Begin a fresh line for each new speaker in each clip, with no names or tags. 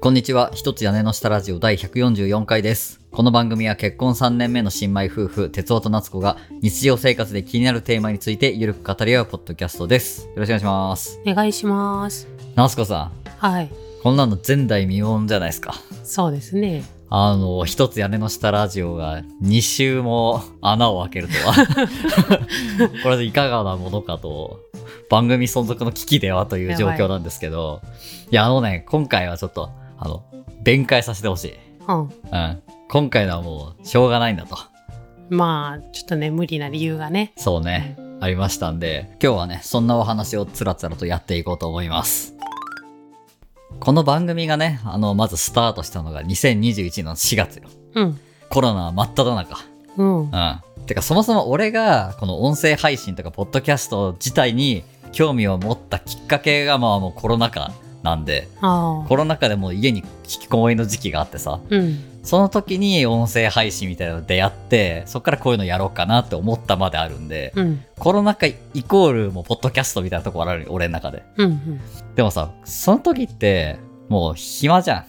こんにちは。一つ屋根の下ラジオ第144回です。この番組は結婚3年目の新米夫婦、哲夫と夏子が日常生活で気になるテーマについてゆるく語り合うポッドキャストです。よろしくお願いします。
お願いします。
夏子さん、
はい。
こんなの前代未聞じゃないですか。
そうですね。
あの、一つ屋根の下ラジオが2週も穴を開けるとは。 これでいかがなものかと、番組存続の危機ではという状況なんですけど、いや、あのね、今回はちょっと、あの、弁解させてほしい。
うん。
うん。今回のはもう、しょうがないんだと。
まあ、ちょっとね、無理な理由がね。
そうね。ありましたんで、今日はね、そんなお話をつらつらとやっていこうと思います。この番組がね、あの、まずスタートしたのが2021の4月よ。
うん。
コロナ真っ只中。
うん。
うん。てか、そもそも俺が、この音声配信とか、ポッドキャスト自体に興味を持ったきっかけが、まあもうコロナ禍なんで、
ああ。
コロナ禍でもう家に引きこもりの時期があってさ、
うん。
その時に音声配信みたいなの出会って、そっからこういうのやろうかなって思ったまであるんで、
うん。
コロナ禍イコールもうポッドキャストみたいなとこあるよ俺の中で。
うん。うん。
でもさ、その時って、もう暇じゃん。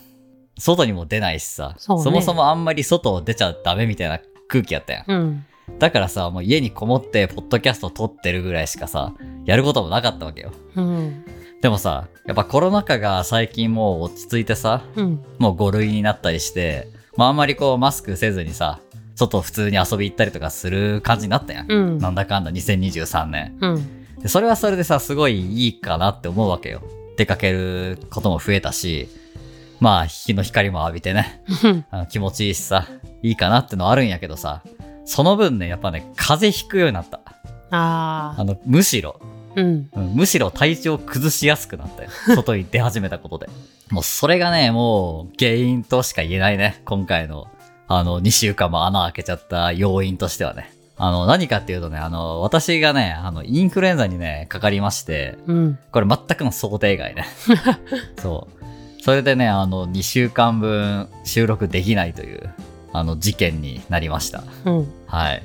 外にも出ないしさ、
そうね
もそもあんまり外を出ちゃダメみたいな空気やったやん。
うん。
だからさ、もう家にこもってポッドキャスト撮ってるぐらいしかさ、やることもなかったわけよ。
うん。
でもさ、やっぱコロナ禍が最近もう落ち着いてさ、
うん。
もう5類になったりして、まああんまりこうマスクせずにさ、外普通に遊び行ったりとかする感じになったやん。
うん。
なんだかんだ2023年。
うん。
でそれはそれでさ、すごいいいかなって思うわけよ。出かけることも増えたし、まあ日の光も浴びてね、
うん。
あの気持ちいいしさ、いいかなってのはあるんやけどさ、その分ね、やっぱね、風邪ひくようになった。
あ
あ
あ。
の、むしろ、
うん。
うんむしろ体調崩しやすくなったよ。外に出始めたことで。もうそれがね、もう原因としか言えないね。今回の、あの、2週間も穴開けちゃった要因としてはね。あの、何かっていうとね、あの、私がね、あの、インフルエンザにね、かかりまして、
うん。
これ全くの想定外ね。そう。それでね、あの、2週間分収録できないという、あの、事件になりました。
うん。
はい。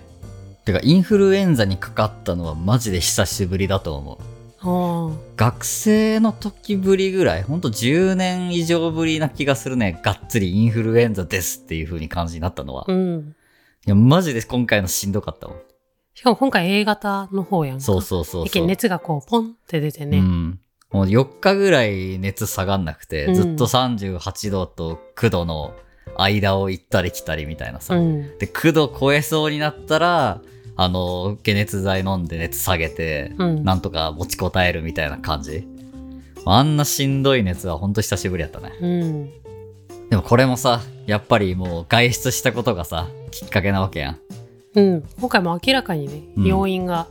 てか、インフルエンザにかかったのはマジで久しぶりだと思う。
あ
学生の時ぶりぐらい、ほんと10年以上ぶりな気がするね。がっつりインフルエンザですっていう風に感じになったのは。
あ。う
い
ん。
や、マジで今回のしんどかったわ。
しかも今回 A 型の方やんか。
そうそうそう
だ
そ
け
う。
ど熱がこう、ポンって出て
う
ね。
ん。もう4日ぐらい熱下がんなくて、
うん
ずっと38度と9度の間を行ったり来たりみたいなさ。
うん。
で、9度超えそうになったら、あの、解熱剤飲んで熱下げて、
うん
なんとか持ちこたえるみたいな感じ。あんなしんどい熱はほんと久しぶりやったね。
うん。
でもこれもさ、やっぱりもう外出したことがさ、きっかけなわけやん。
うん。今回も明らかにね、
うん
要因が。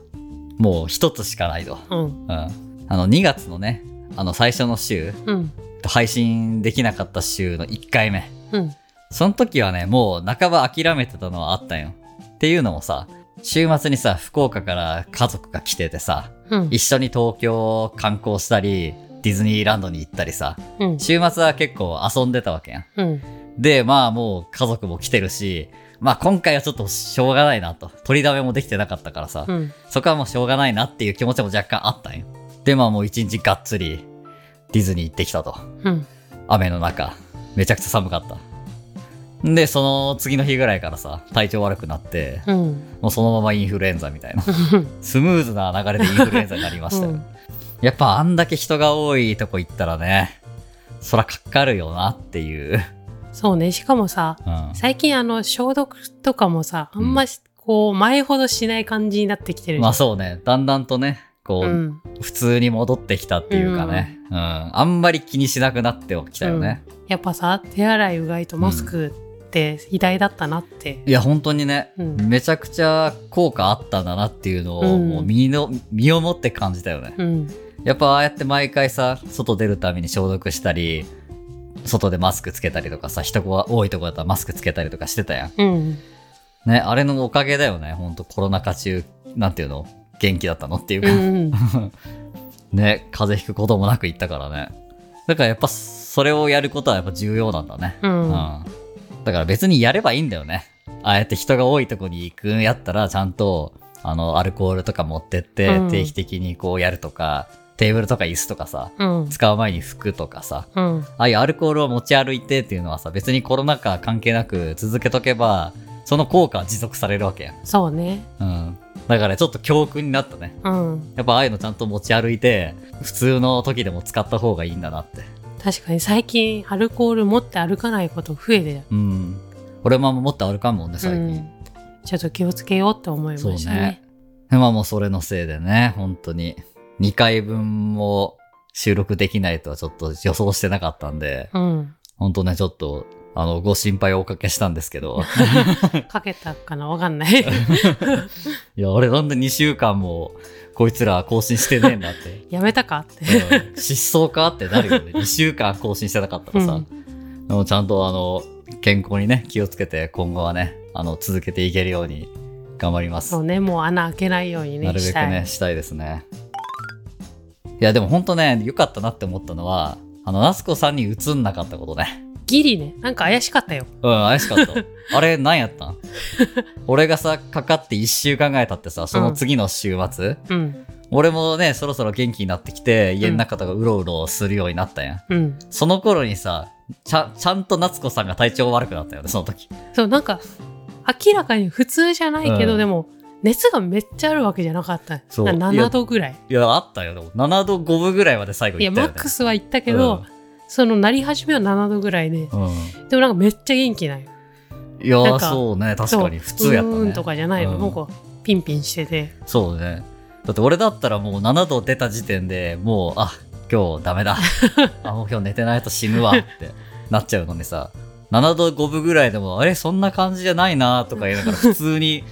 もう一つしかないと。
うん。
うん。あの、2月のね、あの、最初の週、
うん。
配信できなかった週の1回目。
うん。
その時はね、もう半ば諦めてたのはあったんよ。っていうのもさ、週末にさ、福岡から家族が来ててさ、
うん。
一緒に東京を観光したり、ディズニーランドに行ったりさ、
うん。
週末は結構遊んでたわけやん。
うん。
で、まあもう家族も来てるし、まあ今回はちょっとしょうがないなと。取りだめもできてなかったからさ、
うん。
そこはもうしょうがないなっていう気持ちも若干あったんよ。で、まあもう一日がっつりディズニー行ってきたと。
うん。
雨の中、めちゃくちゃ寒かった。で、その次の日ぐらいからさ、体調悪くなって、
うん。
もうそのままインフルエンザみたいな。スムーズな流れでインフルエンザになりましたよ。
うん
やっぱあんだけ人が多いとこ行ったらね、そらかかるよなっていう。
そうね。しかもさ、
うん。
最近あの、消毒とかもさ、あんまし、こう、前ほどしない感じになってきてるじゃ ん
まあそうね、だんだんとね、こう、
うん。
普通に戻ってきたっていうかね、うん、あんまり気にしなくなってきたよね。
やっぱさ、手洗い、うがいとマスクって偉大だったなって。
いや、本当にね、
うん
めちゃくちゃ効果あったんだなっていうのを、
うん
もう身の、身をもって感じたよね。
うん。
やっぱああやって毎回さ、外出るために消毒したり、外でマスクつけたりとかさ、人が多いとこだったらマスクつけたりとかしてたやん。
うん。
ね、あれのおかげだよね、ほんとコロナ禍中、なんていうの元気だったのっていう
う
か、
ん。
ね、風邪ひくこともなく行ったからね。だからやっぱそれをやることはやっぱ重要なんだね。
う
うん。
ん。
だから別にやればいいんだよね。ああやって人が多いとこに行くんやったらちゃんと、あの、アルコールとか持ってって
うん
定期的にこうやるとか、テーブルとか椅子とかさ、
うん。
使う前に服とかさ、
うん。
ああいうアルコールを持ち歩いてっていうのはさ、別にコロナ禍関係なく続けとけば、その効果は持続されるわけやん。
そうね。
うん。だからちょっと教訓になったね。
うん。
やっぱああいうのちゃんと持ち歩いて、普通の時でも使った方がいいんだなって。
確かに最近アルコール持って歩かないこと増えてる。
うん。俺ももっと歩かんもんね、最
う
近。
ん。ちょっと気をつけようって思いましたね。
まあもうそれのせいでね、本当に。2回分も収録できないとはちょっと予想してなかったんで、
うん。
本当ね、ちょっと、あの、ご心配をおかけしたんですけど、
かけたかなわかんない。
いや、俺なんで2週間もこいつら更新してねえんだって。
やめたかって。
うん失踪かってなるよね。2週 間更新してなかったらさ、
うん
でもちゃんとあの、健康にね、気をつけて今後はね、あの、続けていけるように頑張ります
そ。うね、もう穴開けないようにね、
なるべ
し
く
たい。
ねしたいですねいやでもほんとね良かったなって思ったのはあの夏子さんに移んなかったことね
ギリね、なんか怪しかったよ。
うん怪しかった あれ何やったん俺がさかかって1週間ぐらい経ってさその次の週末、
うん。
俺もねそろそろ元気になってきて家の中とかうろうろするようになったやん、
うん。
その頃にさちゃちゃんと夏子さんが体調悪くなったよねその時
そう、なんか、明らかに普通じゃないけど、
うん
でも、熱がめっちゃあるわけじゃなかった。
そう
ない
や
7度ぐらい。
いやあったよでも7度5分ぐらいまで最後
い
行
や、
った
マ
よ
ッ
ね
クスは行ったけど、その、なり始めは7度ぐらいで、
うん、うん
でもなんかめっちゃ元気ない。
いや
なん
ー
か
そうね確かに普通やったね
うーんとかじゃないの、
うん
なんか、ピンピンしてて。
そうね。だって俺だったらもう7度出た時点でもう、あ、今日ダメだ。あ、もう今日寝てないと死ぬわってなっちゃうのにさ、7度5分ぐらいでも、あれそんな感じじゃないなとか言いながら普通に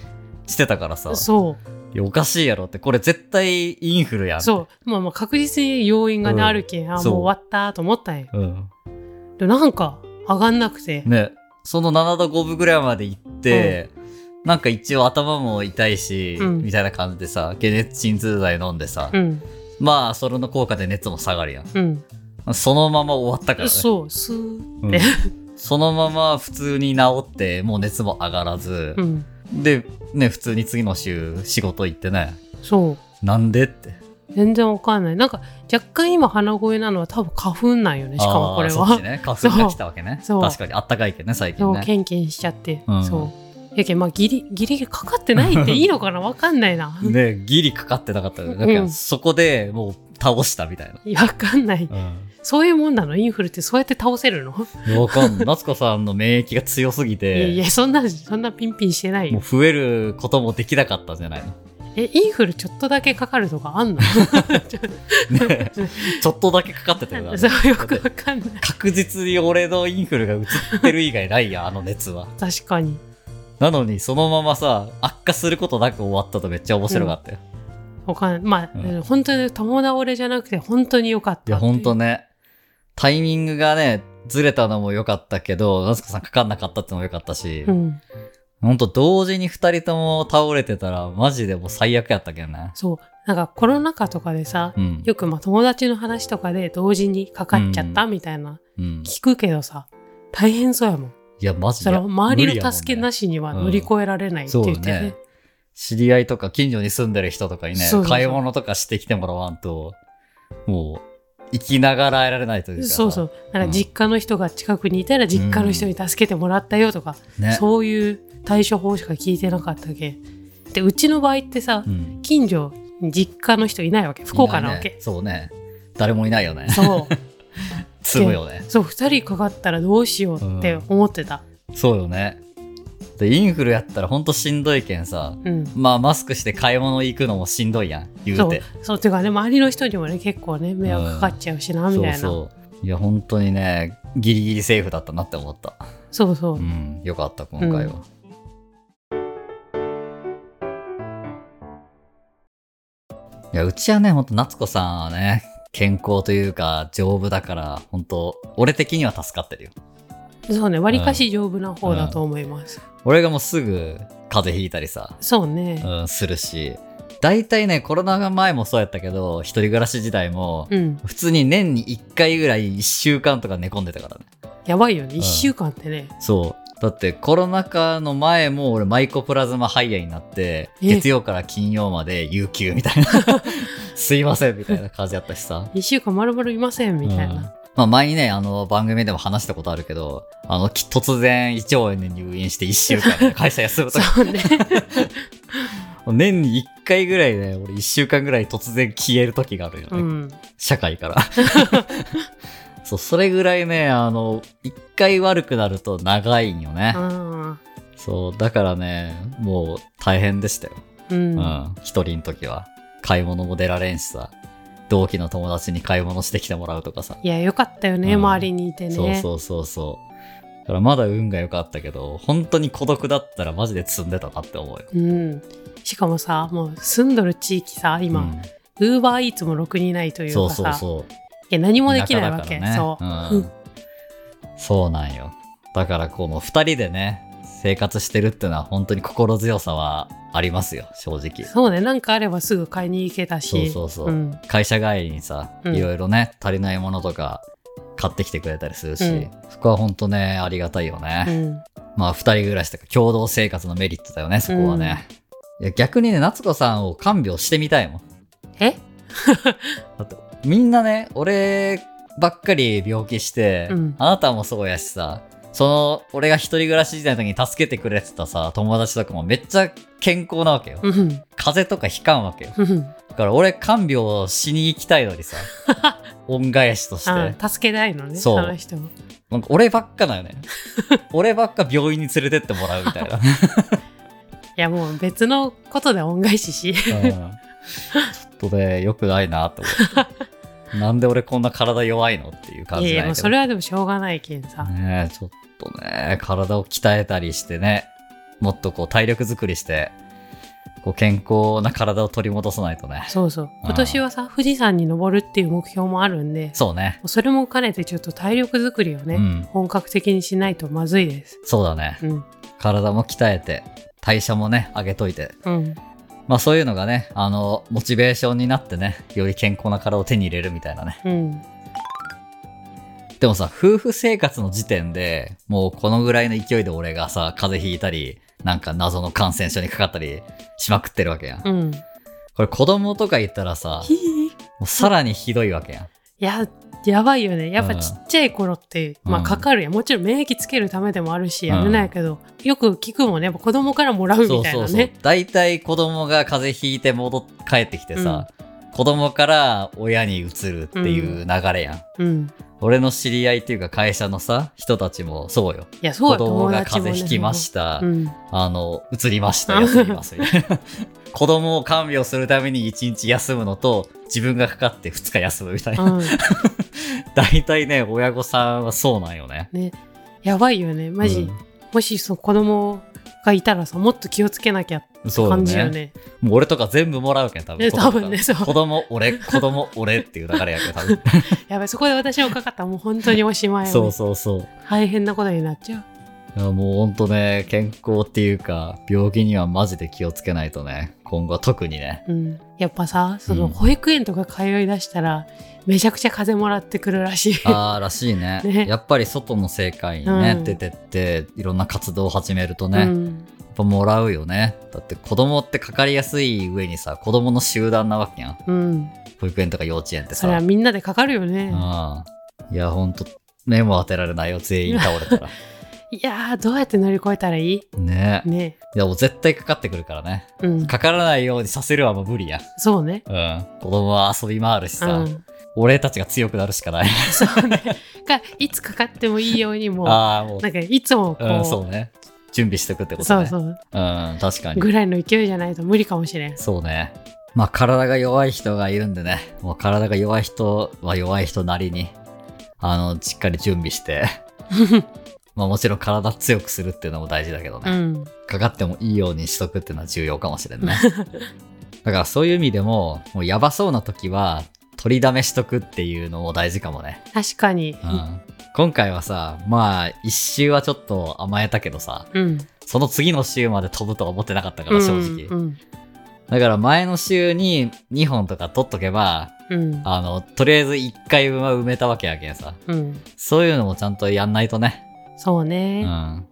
してたからさ、
そ
いやおかしいやろって、これ絶対インフルやん。
う。そう。まあまあ、確実に要因がね、
うん
あるけん、あ、もう
そう
終わったと思ったんや。
う。うん。
でもなんか、上がんなくて。
ね、その7度5分ぐらいまで行って、なんか一応頭も痛いし、
うん
みたいな感じでさ、解熱鎮痛剤飲んでさ、
うん。
まあ、それの効果で熱も下がるやん。
うん。
そのまま終わったからね。
そう、スー
うん
って。
そのまま普通に治ってもう熱も上がらず
う、ん。
でね普通に次の週仕事行ってね
そう。
なんでって
全然わかんないなんか若干今鼻声なのは多分花粉なんよねしかもこれ
あーそっ
は
ちね花粉が来たわけね
そう
確かにあったかいけどね最近
そう
ね
ケンケンしちゃって、
うん
そうやけんまあギリギリギリかかってないっていいのかなわかんないな
ねギリかかってなかったよねだか
う
ら
ん
そこでもう倒したみたいな、
いやわかんないそういうもんなのインフルってそうやって倒せるの、
わかんない夏子さんの免疫が強すぎ
いや
て
いやそんなそんなピンピンしてない
も
よ
う増えることもできなかったんじゃないの、
えインフルちょっとだけかかるとかあんの
ね、ちょっとだけかかってたよね
そうよくわかんない
確実に俺のインフルが移ってる以外ないやあの熱は
確かに
なのに、そのままさ、悪化することなく終わったとめっちゃ面白かったよ。
わかんまあ、
うん
本当に友倒れじゃなくて本当によかったって
いや、ほんとね、タイミングがね、ずれたのも良かったけど、夏子さんかかんなかったってのも良かったし、
うん
ほんと同時に二人とも倒れてたら、マジでもう最悪やったけどね。
そうなんかコロナ禍とかでさ、
うん。
よくまあ友達の話とかで同時にかかっちゃったみたいな、
うん、
聞くけどさ大変そうやもん
いや、マジ
そ
で。
の周
無やも
りの
んね
助けなしには乗り越えられないって
そう
言ってね,、
ね。知り合いとか近所に住んでる人とかにね
そうそうそ、う
買い物とかしてきてもらわんと、もう、生きながらえられないというかさ。
そうそうなんか実家の人が近くにいたら実家の人に助けてもらったよとか、
ね。
そういう対処法しか聞いてなかったけんでうちの場合ってさ、
うん。
近所に実家の人いないわけ福岡なわ
いい
け
ね、そうね。誰もいないよね。
そう
住むよね。
そう2人かかったらどうしようって思ってた
そうよね。で、インフルやったらほんとしんどいけんさ。
うん
まあ、マスクして買い物行くのもしんどいやん、言
そう
て。
そうてかね周りの人にもね結構ね迷惑かかっちゃうしな、みたいなそう
う。いや、本当にね、ギリギリセーフだったなって思った。
そう
うん、よかった、今回は。いや、うちはね、ほんと、夏子さんはね、健康というか、丈夫だから、本当俺的には助かってるよ。
そうね割かし丈夫な方だと思います、
俺がもうすぐ風邪ひいたりさ、
そうね
うん、するし大体ねコロナ前もそうやったけど一人暮らし時代も、
うん、
普通に年に1回ぐらい1週間とか寝込んでたからね
やばいよね
ん
1週間ってね、
そうだってコロナ禍の前も俺マイコプラズマ肺炎になって、
え
月曜から金曜まで有給みた いな、すいませんみたいな感じだったしさ。
1週間まるまるいませんみたい
うん
な。
まあ前にね、あの番組でも話したことあるけど、あの、き突然胃腸炎で入院して1週間で会社休むとか、
そうね。
年に1回ぐらいね、俺1週間ぐらい突然消える時があるよね。
うん。
社会 から。そう、それぐらいね、あの、一回悪くなると長いんよね。
あ
そう、だからね、もう大変でしたよ。
ーう。
うんん、一人の時は。買い物も出られんしさ、同期の友達に買い物してきてもらうとかさ。
いや、よかったよね、
うん
周りにいてね。
そうそうそうそう。だからまだ運が良かったけど、本当に孤独だったらマジで積んでたなって思うよ。
うん。しかもさ、もう住んどる地域さ、今、ウーバーイーツもろくにないと
う
い
ん、
う
そう
かさ、
そうそう。
いや何もできないわけ。
田舎だ
そ
か
う。
らねうんそうなんよ。だからこの二人でね、生活してるってのは本当に心強さはありますよ、正直。
そうね、なんかあればすぐ買いに行けたし。
そうそうそう
うん。
会社帰りにさ、
うん
いろいろね、足りないものとか買ってきてくれたりするし、
うん
そこは本当ね、ありがたいよ
う
ね。
ん
まあ二人暮らしとか共同生活のメリットだよね、そこはね。いや逆にね、夏子さんを看病してみたいもん。
え
みんなね、俺ばっかり病気して、
うん
あなたもそうやしさ、その、俺が一人暮らし時代の時に助けてくれてたさ、友達とかもめっちゃ健康なわけよ。
うん。
風邪とかひかんわけよ。
うん。
だから俺看病しに行きたいのに さ、恩返しとして。
あー助けたいのね、
そう
あの人も。
なんか俺ばっかだよ ね。俺ばっか病院に連れてってもらうみたいな。
いや、もう別のことで恩返しし。
うんちょっとね、良くないなと思って。なんで俺こんな体弱いのっていう感
いやい
じ
や、
だ
もう
けど
そ。れはでもしょうがないけんさ。
ねえ、ちょっとね、体を鍛えたりしてね、もっとこう体力づくりして、こう健康な体を取り戻さないとね。
そうそう。今年はさ、富士山に登るっていう目標もあるんで、
そうね。
それも兼ねてちょっと体力作りをね、
うん。
本格的にしないとまずいです。
そうだね。
うん。
体も鍛えて、代謝もね、上げといて。
うん。
まあそういうのがね、あの、モチベーションになってね、より健康な体を手に入れるみたいなね。
うん。
でもさ、夫婦生活の時点でもうこのぐらいの勢いで俺がさ、風邪ひいたり、なんか謎の感染症にかかったりしまくってるわけやん。
うん。
これ子供とか言ったらさ、
ひい
もうさらにひどいわけやん。
や、やばいよね。やっぱ
うん
ちっちゃい頃って、ま
う
あ
ん
かかるやん。もちろん免疫つけるためでもあるし、やるないけど、よく聞くもんね、やっぱ子供からもらうみたいなね。
大体子供が風邪ひいて戻っ帰ってきてさ、子供から親に移るっていう流れやん。
うん。
俺の知り合いっていうか会社のさ、人たちもそうよ。
いや、そう
子
よ、
供
友
が
達も
風
ね。
邪ひきました。
うん。
あの、移りました、休みます。みたいな 子供を看病するために1日休むのと、自分がかかって2日休むみたいな。
うん。
大体ね、親御さんはそうなんよね。
ね。やばいよね。マジ、
う
もしその子供がいたらさ、もっと気をつけなきゃって
んそうよ
感じよ
ね。
ね。
もう俺とか全部もらうけん、多分。
ね多分ねそう
子供、俺、子供、俺っていう流れやけん、多分。
やばい、そこで私もかかったらもう本当におしまいよね、
そうそうそう。
大変なことになっちゃう。
いやもうほんとね、健康っていうか、病気にはマジで気をつけないとね、今後は特に ね。
うん、やっぱさそうの
ん
保育園とか通いだしたら、めちゃくちゃ風邪もらってくるらしい
ああ、らしいね
ね
やっぱり外の世界にね、
うん
出てって、いろんな活動を始めるとね、
う
やっ
ん、
ぱもらうよね。だって子供ってかかりやすい上にさ、子供の集団なわけやん。
うん、
保育園とか幼稚園って
それは
さ。
みんなでかかるよね、
うん。いや、ほんと、目も当てられないよ、全員倒れ たら。
いやーどうやって乗り越えたらいい
ね
ね
いや、もう絶対かかってくるからね。
うん
かからないようにさせるはもう無理や。
そうね
うん。子供は遊び回るし
う
さ。
ん、
俺たちが強くなるしかない。
そうねかいつかかってもいいようにもな
ああ、もう、
んかいつもこう,、
うん、そうね。準備しておくってこと
そう
ね。
そう
うん、確かに。
ぐらいの勢いじゃないと無理かもしれん
そうね。まあ、体が弱い人がいるんでね、もう体が弱い人は弱い人なりに、あの、しっかり準備 して、まあもちろん体強くするっていうのも大事だけど
う
ね、
ん
かかってもいいようにしとくっていうのは重要かもしれん ね。だからそういう意味でも、もうやばそうな時は、取りだめしとくっていうのも大事かもね。
確かに
うん。今回はさ、まあ、一周はちょっと甘えたけどさ、
うん
その次の週まで飛ぶとは思ってなかったか
う
ら、
ん
正直。
うん
だから前の週に2本とか取っとけば、
うん
あの、とりあえず1回分は埋めたわけやけんさ。
うん
そういうのもちゃんとやんないとね。
そう
う
ね、
ん。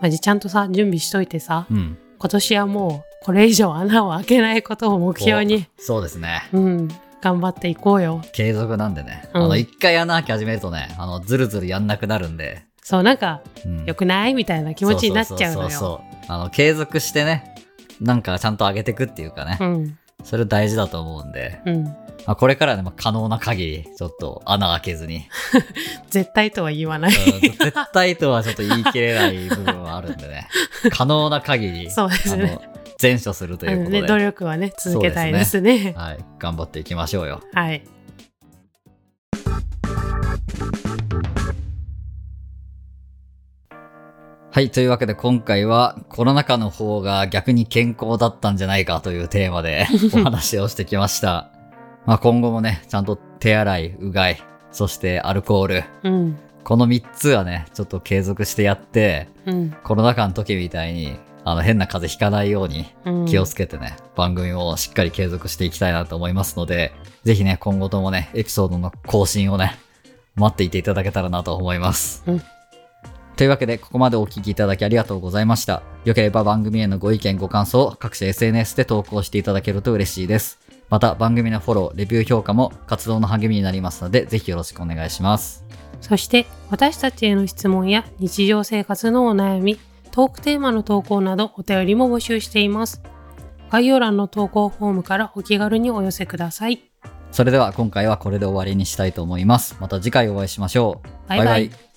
マジちゃんとさ、準備しといてさ、
うん。
今年はもうこれ以上穴を開けないことを目標に、
おそうですね。
うん、頑張っていこうよ。
継続なんでね。
うん
あの、一回穴開き始めるとね、あの、ずるずるやんなくなるんで。
そう、なんか、
うん
良くないみたいな気持ちになっちゃう
そ
の
う
よ。
そうそうそうあの継続してねなんかちゃんと上げてくっていうかね、
うん、
それ大事だと思うんで、
うん。
まあ、これからでも可能な限りちょっと穴開けずに、
絶対とは言わない。
うん絶対とはちょっと言い切れない部分はあるんで ね可能な限り
そうですね
あの善処すると
あ
いう
の
ことで、
ね、努力はね、続けたいですね。
はい、頑張っていきましょうよ
はい。
はいというわけで今回はコロナ禍の方が逆に健康だったんじゃないかというテーマ でお話をしてきましたまあ今後もねちゃんと手洗いうがいそしてアルコール
うん、
この3つはねちょっと継続してやって
うん、
コロナ禍の時みたいにあの変な風邪ひかないように
うん。
気をつけてね、番組をしっかり継続していきたいなと思いますので、ぜひね、今後ともね、エピソードの更新をね、待っていていただけたらなと思います。
うん
というわけで、ここまでお聞きいただきありがとうございました。よければ番組へのご意見、ご感想、各種 SNS で投稿していただけると嬉しいです。また、番組のフォロー、レビュー評価も活動の励みになりますので、ぜひよろしくお願いします。
そして私たちへの質問や日常生活のお悩み、トークテーマの投稿などお便りも募集しています。概要欄の投稿フォームからお気軽にお寄せください。
それでは、今回はこれで終わりにしたいと思います。また次回お会いしましょう。
バイバイ
イ